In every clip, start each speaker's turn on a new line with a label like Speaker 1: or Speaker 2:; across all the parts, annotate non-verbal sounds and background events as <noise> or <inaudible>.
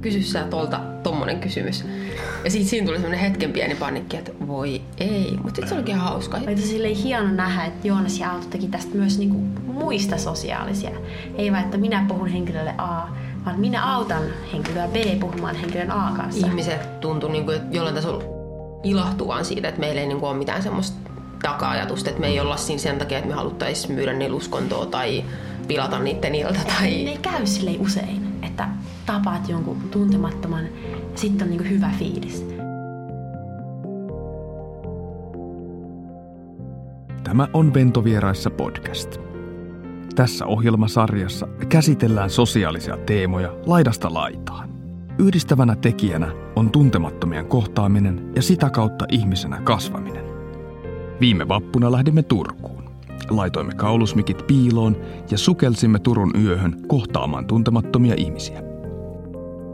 Speaker 1: kysy sä tolta tommonen kysymys. Ja sit siinä tuli semmonen hetken pieni panikki, että voi ei. Mut sit se olikin ihan hauska.
Speaker 2: Oli tosi silleen hieno nähdä, että Joonas ja Aalto teki tästä myös niinku muista sosiaalisia. Ei vaan, että minä puhun henkilölle A, vaan minä autan henkilöä B puhumaan henkilön A kanssa.
Speaker 1: Ihmiset tuntui niinku, että jollain tasolla ilahtuvan siitä, että meillä ei niinku ole mitään semmoista taka-ajatusta, että me ei olla siinä sen takia, että me haluttaisiin myydä niillä uskontoa tai pilata niiden ilta. Tai...
Speaker 2: Ne ei käy silleen usein, että tapaat jonkun tuntemattoman ja sitten on niinku hyvä fiilis.
Speaker 3: Tämä on Ventovieraissa podcast. Tässä ohjelmasarjassa käsitellään sosiaalisia teemoja laidasta laitaan. Yhdistävänä tekijänä on tuntemattomien kohtaaminen ja sitä kautta ihmisenä kasvaminen. Viime vappuna lähdimme Turkuun. Laitoimme kaulusmikit piiloon ja sukelsimme Turun yöhön kohtaamaan tuntemattomia ihmisiä.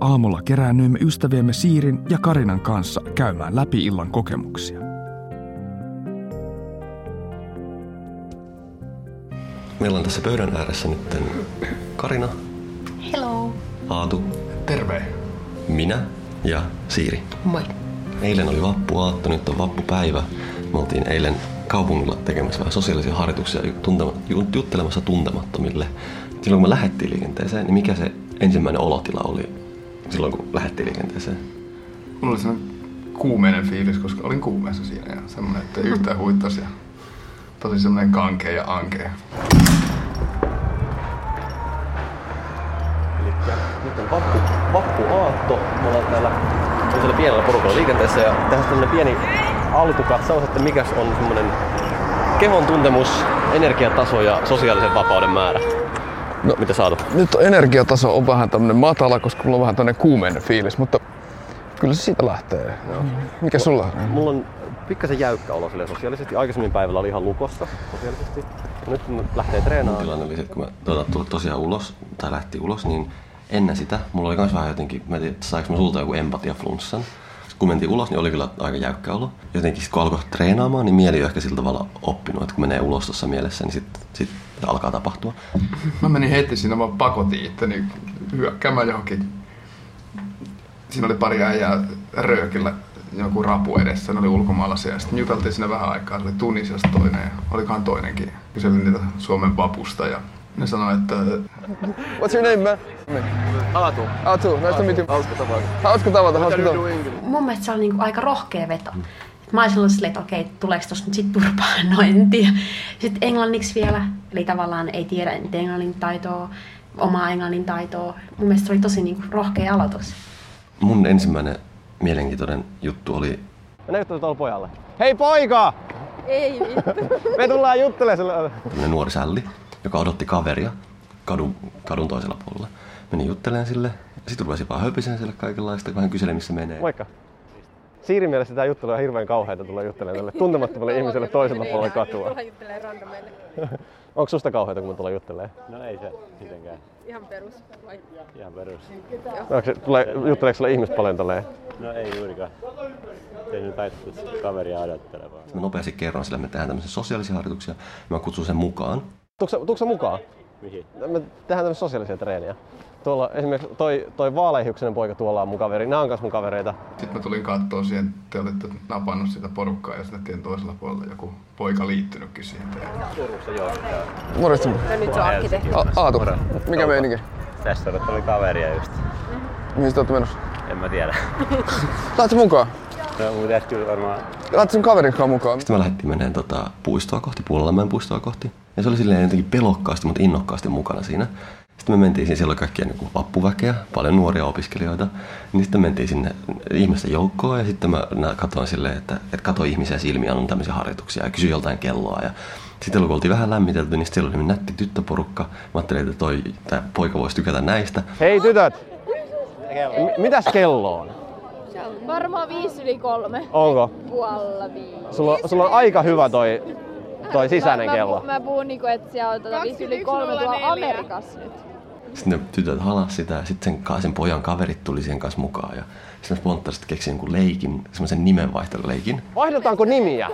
Speaker 3: Aamulla keräännyimme ystäviemme Siirin ja Karinan kanssa käymään läpi illan kokemuksia.
Speaker 4: Meillä on tässä pöydän ääressä nyt Karina,
Speaker 2: Hello!
Speaker 4: Aatu,
Speaker 5: Terve.
Speaker 4: minä ja Siiri.
Speaker 1: Moi.
Speaker 4: Eilen oli vappuaatto, nyt on vappupäivä. Me oltiin eilen kaupungilla tekemässä vähän sosiaalisia harjoituksia ju- tuntema, ju- juttelemassa tuntemattomille. Silloin kun me lähdettiin liikenteeseen, niin mikä se ensimmäinen olotila oli silloin kun lähdettiin liikenteeseen?
Speaker 5: Mulla oli sellainen kuumeinen fiilis, koska olin kuumeessa siinä ja semmonen, että ei yhtään huittas ja tosi semmonen kankea ja ankea.
Speaker 4: Eli nyt on vappu, vappuaatto. Me ollaan täällä toisella pienellä porukalla liikenteessä ja tähän tämmönen pieni alkukatsaus, että mikä on semmoinen kehon tuntemus, energiataso ja sosiaalisen vapauden määrä. No, mitä saatu?
Speaker 5: Nyt energiataso on vähän tämmönen matala, koska mulla on vähän tämmönen kuumeinen fiilis, mutta kyllä se siitä lähtee. Joo. Mikä sulla on?
Speaker 4: Mulla on pikkasen jäykkä olo sille sosiaalisesti. Aikaisemmin päivällä oli ihan lukossa sosiaalisesti. Nyt kun lähtee treenaamaan. Tilanne oli se, että kun mä tuota, tulin tosiaan ulos, tai lähti ulos, niin ennen sitä mulla oli myös vähän jotenkin, mä en tiedä, että saanko mä sulta joku empatiaflunssan. Sitten kun mentiin ulos, niin oli kyllä aika jäykkä olo. Jotenkin sit kun alkoi treenaamaan, niin mieli on ehkä sillä tavalla oppinut, että kun menee ulos tuossa mielessä, niin sitten sit alkaa tapahtua.
Speaker 5: Mä menin heti sinne, mä pakotin itteni hyökkäämään johonkin. Siinä oli pari äijää röökillä joku rapu edessä, ne oli ulkomaalaisia. Ja sitten nypeltiin sinne vähän aikaa, se oli Tunisiasta toinen ja olikohan toinenkin. Kyselin niitä Suomen vapusta ja ne sanoi, että
Speaker 6: What's your name, man?
Speaker 4: Aatu,
Speaker 6: Atu, nice to meet you.
Speaker 4: hauska tavata.
Speaker 6: Hauska tavata, hauska tavata.
Speaker 2: Mun mielestä se oli niinku aika rohkea veto. Et Mä olisin ollut silleen, että okei, tuleeko tossa nyt sit turpaan? No en tiedä. Sitten englanniksi vielä, eli tavallaan ei tiedä nyt englannin taitoa, omaa englannin taitoa. Mun mielestä se oli tosi niinku rohkea aloitus.
Speaker 4: Mun ensimmäinen mielenkiintoinen juttu oli
Speaker 6: Näyttää tuolla pojalle. Hei poika! Ei vittu. Me tullaan juttelemaan sille.
Speaker 4: tämmönen nuori sälli, joka odotti kaveria kadun, kadun toisella puolella. Meni juttelemaan sille. Sitten rupesi vaan höpiseen sille kaikenlaista, vähän kyseli missä menee.
Speaker 6: Moikka. Siirin mielestä tämä juttelu on hirveän kauheita tulla juttelemaan tälle tuntemattomalle ihmiselle toisella puolella katua.
Speaker 7: Tulla juttelee randomeille.
Speaker 6: <laughs> Onko susta kauheita, kun mä tulla juttelemaan? No ei se mitenkään.
Speaker 7: Ihan perus. Vai?
Speaker 6: Ihan perus. Onko se, tulee, jutteleeko sulle ihmiset paljon tolleen?
Speaker 8: No ei juurikaan. Ei nyt taittu kaveria odottelemaan.
Speaker 4: Mä nopeasti kerron sille, että me tehdään tämmöisiä sosiaalisia harjoituksia. Mä kutsun sen mukaan.
Speaker 6: Tuutko sä- Tuutko sä mukaan? No
Speaker 8: Mihin?
Speaker 6: Me tehdään tämmöisiä sosiaalisia treenejä. Tuolla esimerkiksi toi, toi vaaleihyksinen poika tuolla on mun kaveri. Nää on kans mun kavereita.
Speaker 5: sitten mä tulin kattoon siihen, että te olitte napannut sitä porukkaa ja sitten tien toisella puolella joku poika liittynytkin siitä. Ja
Speaker 6: Morjesta.
Speaker 7: No nyt se on arkkitehti.
Speaker 6: Aatu, mikä
Speaker 8: meininki? Tässä odotteli kaveria just.
Speaker 6: Mihin te olette menossa?
Speaker 8: En mä tiedä.
Speaker 6: Lähdet mukaan?
Speaker 8: No mun pitäis kyllä varmaan...
Speaker 6: Lähdet sun kaverinkaan mukaan?
Speaker 4: Sitten me lähdettiin meneen tota, puistoa kohti, Puolellamäen puistoa kohti. Ja se oli silleen jotenkin pelokkaasti, mutta innokkaasti mukana siinä. Sitten me mentiin sinne, siellä oli kaikkia niin vappuväkeä, paljon nuoria opiskelijoita. Niin sitten mentiin sinne ihmisten joukkoon ja sitten mä nä- katsoin silleen, että, että katsoin ihmisiä silmiä, on tämmöisiä harjoituksia ja kysyin joltain kelloa. Ja sitten kun oltiin vähän lämmitelty, niin siellä oli nätti tyttöporukka. Mä ajattelin, että toi, tää poika voisi tykätä näistä.
Speaker 6: Hei tytöt! M- mitäs kello on?
Speaker 7: Varmaan viisi yli kolme.
Speaker 6: Onko?
Speaker 7: Puolella viisi.
Speaker 6: Sulla, sulla on aika hyvä toi, toi sisäinen
Speaker 7: mä,
Speaker 6: kello.
Speaker 7: Mä, mä puhun niinku, että siellä on tota viisi yli kolme tuolla Amerikassa nyt.
Speaker 4: Sitten ne tytöt halas sitä ja sitten sen, ka- sen pojan kaverit tuli siihen kanssa mukaan. Ja sitten mä spontaanisesti keksin jonkun leikin, semmoisen nimenvaihtoleikin.
Speaker 6: Vaihdetaanko nimiä?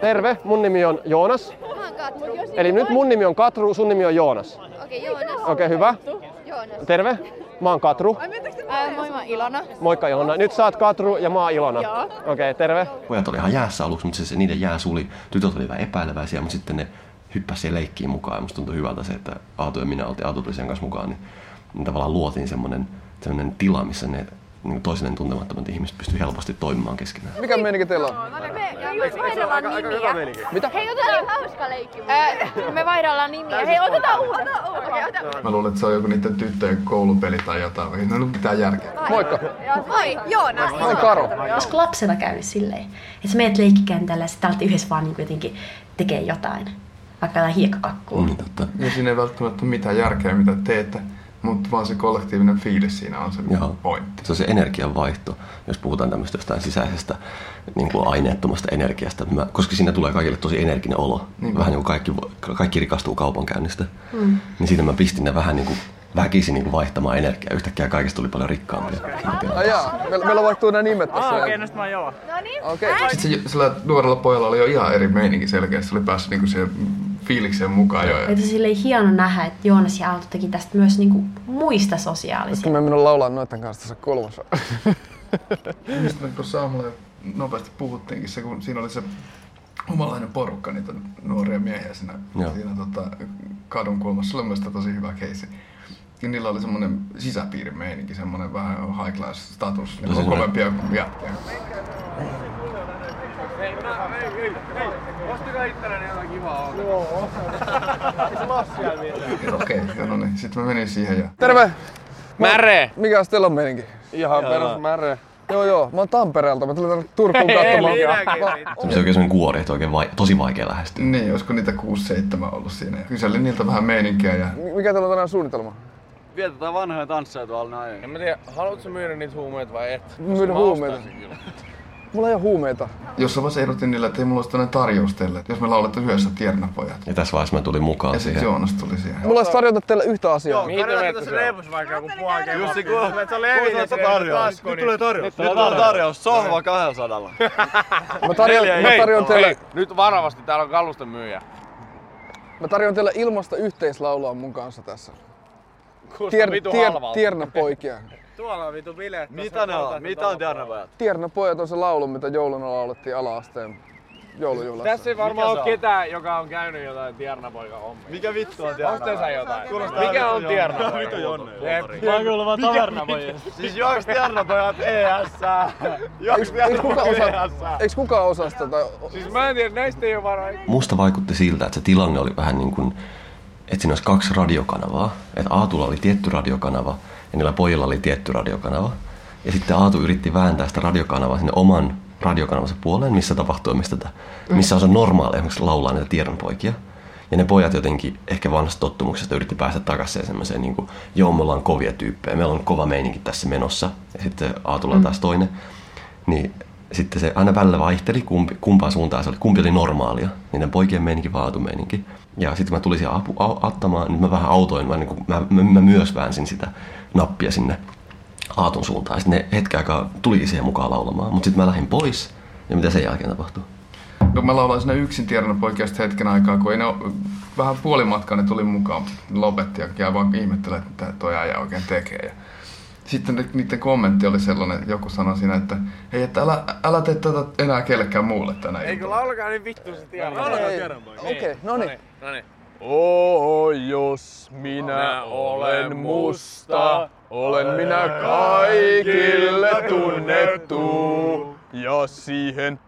Speaker 6: Terve, mun nimi on Joonas.
Speaker 7: Mä oon Katru.
Speaker 6: Eli nyt mun nimi on Katru, sun nimi on Joonas.
Speaker 7: Okei, Joonas.
Speaker 6: Okei, hyvä.
Speaker 7: Joonas.
Speaker 6: Terve, mä oon Katru.
Speaker 7: Ai, Ää, moi, mä oon Ilona.
Speaker 6: Moikka Ilona. Nyt sä oot Katru ja mä oon Ilona.
Speaker 7: Joo.
Speaker 6: Okei, okay, terve.
Speaker 4: Pojat oli ihan jäässä aluksi, mutta se, se niiden jää suli. Tytöt oli vähän epäileväisiä, mutta sitten ne hyppäsi siihen leikkiin mukaan. Ja musta tuntui hyvältä se, että Aatu ja minä oltiin, Aatu tuli sen kanssa mukaan, niin, niin tavallaan luotiin semmoinen, semmoinen tila, missä ne niin toisilleen tuntemattomat ihmiset pystyy helposti toimimaan keskenään.
Speaker 5: Mikä meininki teillä on?
Speaker 7: Me just vaihdellaan nimiä.
Speaker 5: Mitä?
Speaker 7: Hei, otetaan hauska leikki. me vaihdellaan nimiä. Hei, otetaan uudestaan. Okei, otetaan.
Speaker 5: Mä luulen, että se on joku niiden tyttöjen koulupeli tai jotain. Ei ne ollut mitään järkeä. Moikka.
Speaker 7: Moi, Joonas.
Speaker 5: Mä olen Karo.
Speaker 2: Olisiko lapsena käynyt silleen, että sä menet leikkikentällä ja sitten alat yhdessä vaan niin jotenkin tekee jotain. Vaikka jotain hiekkakakkua.
Speaker 4: Niin, totta.
Speaker 5: Ja siinä ei välttämättä ole mitään järkeä, mitä teette, mutta vaan se kollektiivinen fiilis siinä on se
Speaker 4: Joo.
Speaker 5: pointti.
Speaker 4: Se on se energianvaihto, jos puhutaan tämmöistä jostain sisäisestä niin kuin aineettomasta energiasta. Mä, koska siinä tulee kaikille tosi energinen olo.
Speaker 5: Niin.
Speaker 4: Niin. Vähän niin kuin kaikki, vo- kaikki rikastuu kaupankäynnistä. Mm. Niin siitä mä pistin ne vähän niin kuin väkisin niin kuin vaihtamaan energiaa. Yhtäkkiä kaikista tuli paljon rikkaampia.
Speaker 5: jaa, meillä, meillä vaihtuu nämä nimet tässä.
Speaker 8: Okei, nyt mä oon Joona.
Speaker 7: No niin.
Speaker 5: Okei. Sitten se, sillä nuorella pojalla oli jo ihan eri meininki selkeästi. Se oli päässyt niinku siihen fiilikseen mukaan jo.
Speaker 2: Että silleen hieno nähdä, että Joonas ja Aalto teki tästä myös niin kuin muista sosiaalisia.
Speaker 5: mä minun laulaa noiden kanssa tässä kolmassa. Mistä kun Saamalla jo nopeasti puhuttiinkin se, kun siinä oli se omalainen porukka niitä nuoria miehiä siinä,
Speaker 4: Joo.
Speaker 5: siinä tota, kadun kulmassa. Se oli mielestäni tosi hyvä keisi. Ja niillä oli semmoinen sisäpiirimeininki, semmoinen vähän high class status, niin kuin
Speaker 4: semmoinen-
Speaker 5: kovempia kuin jätkiä. Ja Okei, okay, no niin. Sitten mä menin siihen ja...
Speaker 9: Terve!
Speaker 8: Märe!
Speaker 9: Mikäs teillä on meininki? Ihan perus märe. Joo joo, mä oon Tampereelta, mä tulin tänne Turkuun katsomaan.
Speaker 4: Se
Speaker 9: Mä-
Speaker 4: on oikein semmoinen kuori, että oikein vai, tosi vaikea lähestyä.
Speaker 5: Niin, olisiko niitä 6-7 ollut siinä. Ja kyselin niiltä vähän meininkiä ja
Speaker 9: Mi- Mikä teillä on tänään suunnitelma?
Speaker 8: Vietetään vanhoja tansseja tuolla näin. En mä tiedä, haluatko myydä niitä huumeita vai et?
Speaker 9: Myydä huumeita. Mulla ei oo huumeita.
Speaker 5: jossain vaiheessa ehdotin niille, että ei mulla olisi tämmöinen tarjous teille, että jos me laulette yhdessä tiernapojat.
Speaker 4: Ja tässä vaiheessa mä tulin mukaan
Speaker 5: Ja sitten
Speaker 4: siihen.
Speaker 5: Joonas tuli siihen.
Speaker 9: Mulla olisi tarjota teille yhtä asiaa.
Speaker 8: Mihin te menette siellä? Reepus vaikka joku puolkeen. Jussi, kun se oli
Speaker 10: tarjous. Nyt tulee tarjous. niin Nyt tulee tarjous. Sohva 200.
Speaker 9: Mä tarjon, mä tarjon teille,
Speaker 8: Nyt varovasti, täällä on kalusten myyjä.
Speaker 9: mä tarjon teille ilmasta yhteislaulua mun kanssa tässä.
Speaker 8: Kuulostaa
Speaker 9: Tier,
Speaker 8: vitu
Speaker 9: tier,
Speaker 8: halvalta.
Speaker 9: tierna poikia.
Speaker 8: Tuolla on vitu bileet.
Speaker 10: Mitä ne on? Mitä on Tiarnapajat?
Speaker 9: Tierna pojat on se laulu, mitä jouluna laulettiin ala-asteen joulujuhlassa.
Speaker 8: Tässä ei varmaan
Speaker 10: Mikä se
Speaker 8: ole
Speaker 10: on?
Speaker 8: ketään, joka on käynyt jotain tiernapoika hommia.
Speaker 10: Mikä vittu on
Speaker 8: Onko tässä
Speaker 10: Tiarnapajat?
Speaker 8: jotain?
Speaker 10: Kuulostaa
Speaker 8: Mikä
Speaker 10: vittu
Speaker 8: on
Speaker 10: Jonne.
Speaker 8: tiernapoika?
Speaker 10: Vittu Jonne.
Speaker 8: Mä oon kuullut vaan tavernapoja.
Speaker 10: Siis juoks Tiarnapajat ES? Juoks
Speaker 9: Eiks kukaan osaa,
Speaker 10: Tiarnapajat ES?
Speaker 9: eiks kukaan osaa sitä? Tai,
Speaker 8: Siis mä en tiedä, näistä ei oo varaa.
Speaker 4: Musta vaikutti siltä, että se tilanne oli vähän niin kuin, että siinä olisi kaksi radiokanavaa. Että Aatulla oli tietty radiokanava ja niillä pojilla oli tietty radiokanava. Ja sitten Aatu yritti vääntää sitä radiokanavaa sinne oman radiokanavansa puoleen, missä tapahtuu mistä tätä, missä on se normaali, esimerkiksi laulaa niitä tiedonpoikia. Ja ne pojat jotenkin ehkä vanhasta tottumuksesta yritti päästä takaisin semmoiseen, niin kuin, joo, me ollaan kovia tyyppejä, meillä on kova meininki tässä menossa. Ja sitten Aatulla on taas toinen. Niin sitten se aina välillä vaihteli, kumpi, kumpaan suuntaan se oli, kumpi oli normaalia. Niiden poikien meininki, vaatun meininki. Ja sitten kun mä tulin siihen apu, au, auttamaan, niin mä vähän autoin, mä, niin kuin, mä, mä, mä myös väänsin sitä nappia sinne Aatun suuntaan. Sitten ne hetken aikaa tuli siihen mukaan laulamaan, mutta sitten mä lähdin pois. Ja mitä sen jälkeen tapahtui?
Speaker 5: No mä lauloin sinne yksin tiernapoikia sitten hetken aikaa, kun ei ne oo, vähän puolimatkaa ne tuli mukaan. Lopetti ja jäi vaan ihmettelemään, että mitä toi äijä oikein tekee. Ja sitten ne- niiden kommentti oli sellainen, että joku sanoi siinä, että hei, että älä, älä tee tätä enää kellekään muulle tänä
Speaker 8: Eikö
Speaker 5: iltana.
Speaker 8: laulakaa niin vittu se tiernapoika?
Speaker 9: Ei. Okei, no niin.
Speaker 8: Noniin.
Speaker 9: Oo, jos minä olen musta, olen minä kaikille tunnettu. No Ja siihen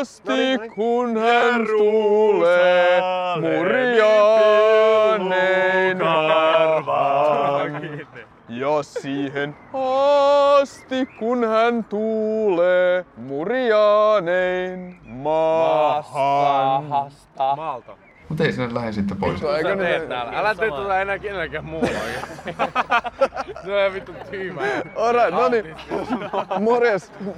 Speaker 9: asti, kun hän tulee, murjaanein harvaan. Ja siihen asti, kun hän tulee, murjaanein maahan.
Speaker 8: Maalta.
Speaker 5: Mutta ei sinne lähin sitten pois.
Speaker 8: Sä teet täällä. Älä tee tätä enää kenellekään muulla oikeesti. Se on vittu tyymää.
Speaker 9: Alright, no niin. Morjes. niin?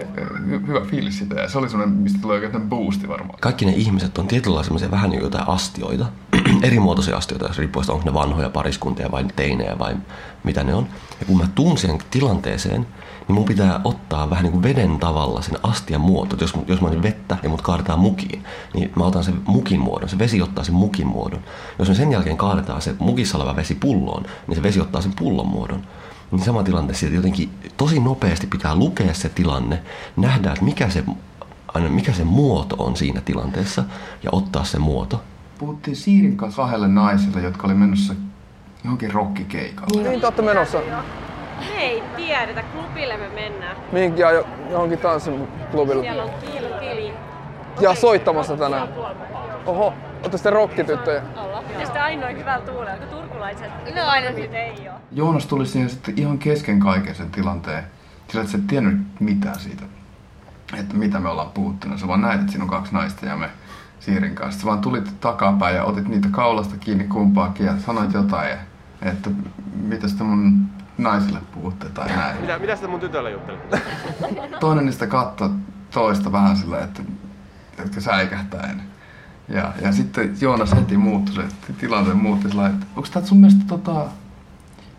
Speaker 5: Hy- hyvä fiilis sitä ja se oli semmoinen, mistä tuli oikein tämmönen boosti varmaan.
Speaker 4: kaikki ne ihmiset on tietyllä semmoisia vähän niin kuin jotain astioita, <clears throat> eri muotoisia astioita, jos riippuu, siitä, onko ne vanhoja pariskuntia vai teinejä vai mitä ne on. Ja kun mä tuun siihen tilanteeseen, niin mun pitää ottaa vähän niin kuin veden tavalla sen astian muoto. Et Jos, mut- jos mä otin vettä ja mut kaadetaan mukiin, niin mä otan sen mukin muodon. Se vesi ottaa sen mukin muodon. Jos me sen jälkeen kaadetaan se mukissa oleva vesi pulloon, niin se vesi ottaa sen pullon muodon. niin sama tilanne siitä jotenkin tosi nopeasti pitää lukea se tilanne, nähdä, että mikä se, aina mikä se muoto on siinä tilanteessa ja ottaa se muoto.
Speaker 5: Puhuttiin Siirin kanssa kahdelle naiselle, jotka oli menossa johonkin rokkikeikalle.
Speaker 9: Mihin te olette menossa?
Speaker 11: Me ei tiedetä, klubille me mennään.
Speaker 9: Mihinkin ja johonkin tanssiklubille.
Speaker 11: Siellä on kilkili.
Speaker 9: Ja soittamassa tänään. Oho, ootte sitten rokkityttöjä.
Speaker 11: Ja sitten ainoin hyvällä tuulella, kun turkulaiset no, aina nyt ei ole.
Speaker 5: Joonas tuli siihen sitten ihan kesken kaiken sen tilanteen. Sillä et sä et tiennyt mitään siitä, että mitä me ollaan puhuttu. No Sä vaan näit, että siinä on kaksi naista ja me Siirin kanssa. Sä vaan tulit takapäin ja otit niitä kaulasta kiinni kumpaakin ja sanoit jotain, että mitä sitä mun naisille puhutte tai näin.
Speaker 8: Mitä, mitä sitä mun tytölle juttelit?
Speaker 5: Toinen niistä katsoi toista vähän sillä, että, että säikähtäen. Ja, ja sitten Joonas heti muuttui se että tilanteen muutti sillä lailla, että onko tämä sun mielestä tota,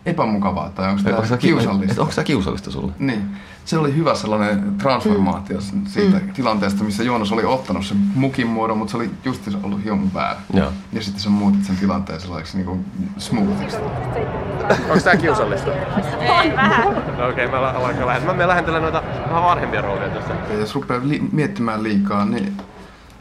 Speaker 5: epämukavaa tai onko
Speaker 4: Onko
Speaker 5: tämä
Speaker 4: se kiusallista?
Speaker 5: kiusallista?
Speaker 4: Onko se kiusallista sulle?
Speaker 5: Niin. Se oli hyvä sellainen transformaatio s- siitä tilanteesta, missä Joonas oli ottanut sen mukin muodon, mutta se oli just ollut hieman väärä.
Speaker 4: Joo.
Speaker 5: Ja sitten sä muutit sen tilanteen sellaiseksi niinku smoothiksi.
Speaker 8: Onko tää kiusallista?
Speaker 11: Ei, vähän.
Speaker 8: No okei, okay, mä la- alkaa lähen. Mä menen lähentelen noita vähän vanhempia rooleja tässä.
Speaker 5: Ja jos rupeaa li- miettimään liikaa, niin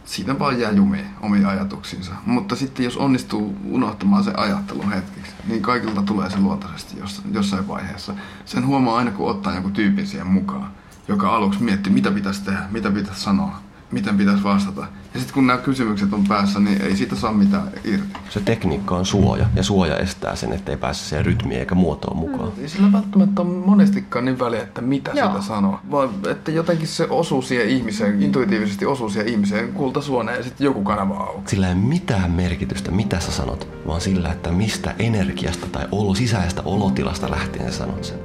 Speaker 5: siitä vaan jää jumiin omiin ajatuksiinsa. Mutta sitten jos onnistuu unohtamaan se ajattelun hetkeksi, niin kaikilta tulee se luontaisesti jos, jossain vaiheessa. Sen huomaa aina, kun ottaa joku tyypin siihen mukaan, joka aluksi miettii, mitä pitäisi tehdä, mitä pitäisi sanoa, miten pitäisi vastata. Ja sitten kun nämä kysymykset on päässä, niin ei siitä saa mitään irti.
Speaker 4: Se tekniikka on suoja ja suoja estää sen, ettei pääse siihen rytmiin eikä muotoon mukaan.
Speaker 5: Ei sillä välttämättä ole monestikaan niin väliä, että mitä
Speaker 2: Joo.
Speaker 5: sitä sanoo. Vaan että jotenkin se osuu siihen ihmiseen, intuitiivisesti osuu siihen ihmiseen kultasuoneen ja sitten joku kanava auki.
Speaker 4: Sillä ei ole mitään merkitystä, mitä sä sanot, vaan sillä, että mistä energiasta tai olo, sisäisestä olotilasta lähtien sä sanot sen.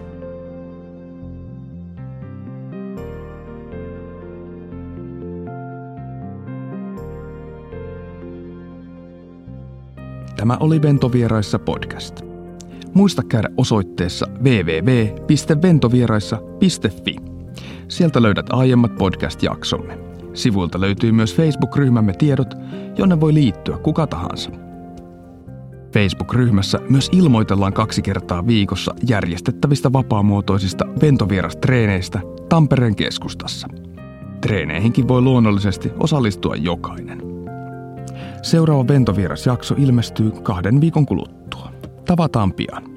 Speaker 3: Tämä oli Ventovieraissa podcast. Muista käydä osoitteessa www.ventovieraissa.fi. Sieltä löydät aiemmat podcast-jaksomme. Sivuilta löytyy myös Facebook-ryhmämme tiedot, jonne voi liittyä kuka tahansa. Facebook-ryhmässä myös ilmoitellaan kaksi kertaa viikossa järjestettävistä vapaamuotoisista ventovierastreeneistä Tampereen keskustassa. Treeneihinkin voi luonnollisesti osallistua jokainen. Seuraava Ventovierasjakso ilmestyy kahden viikon kuluttua. Tavataan pian.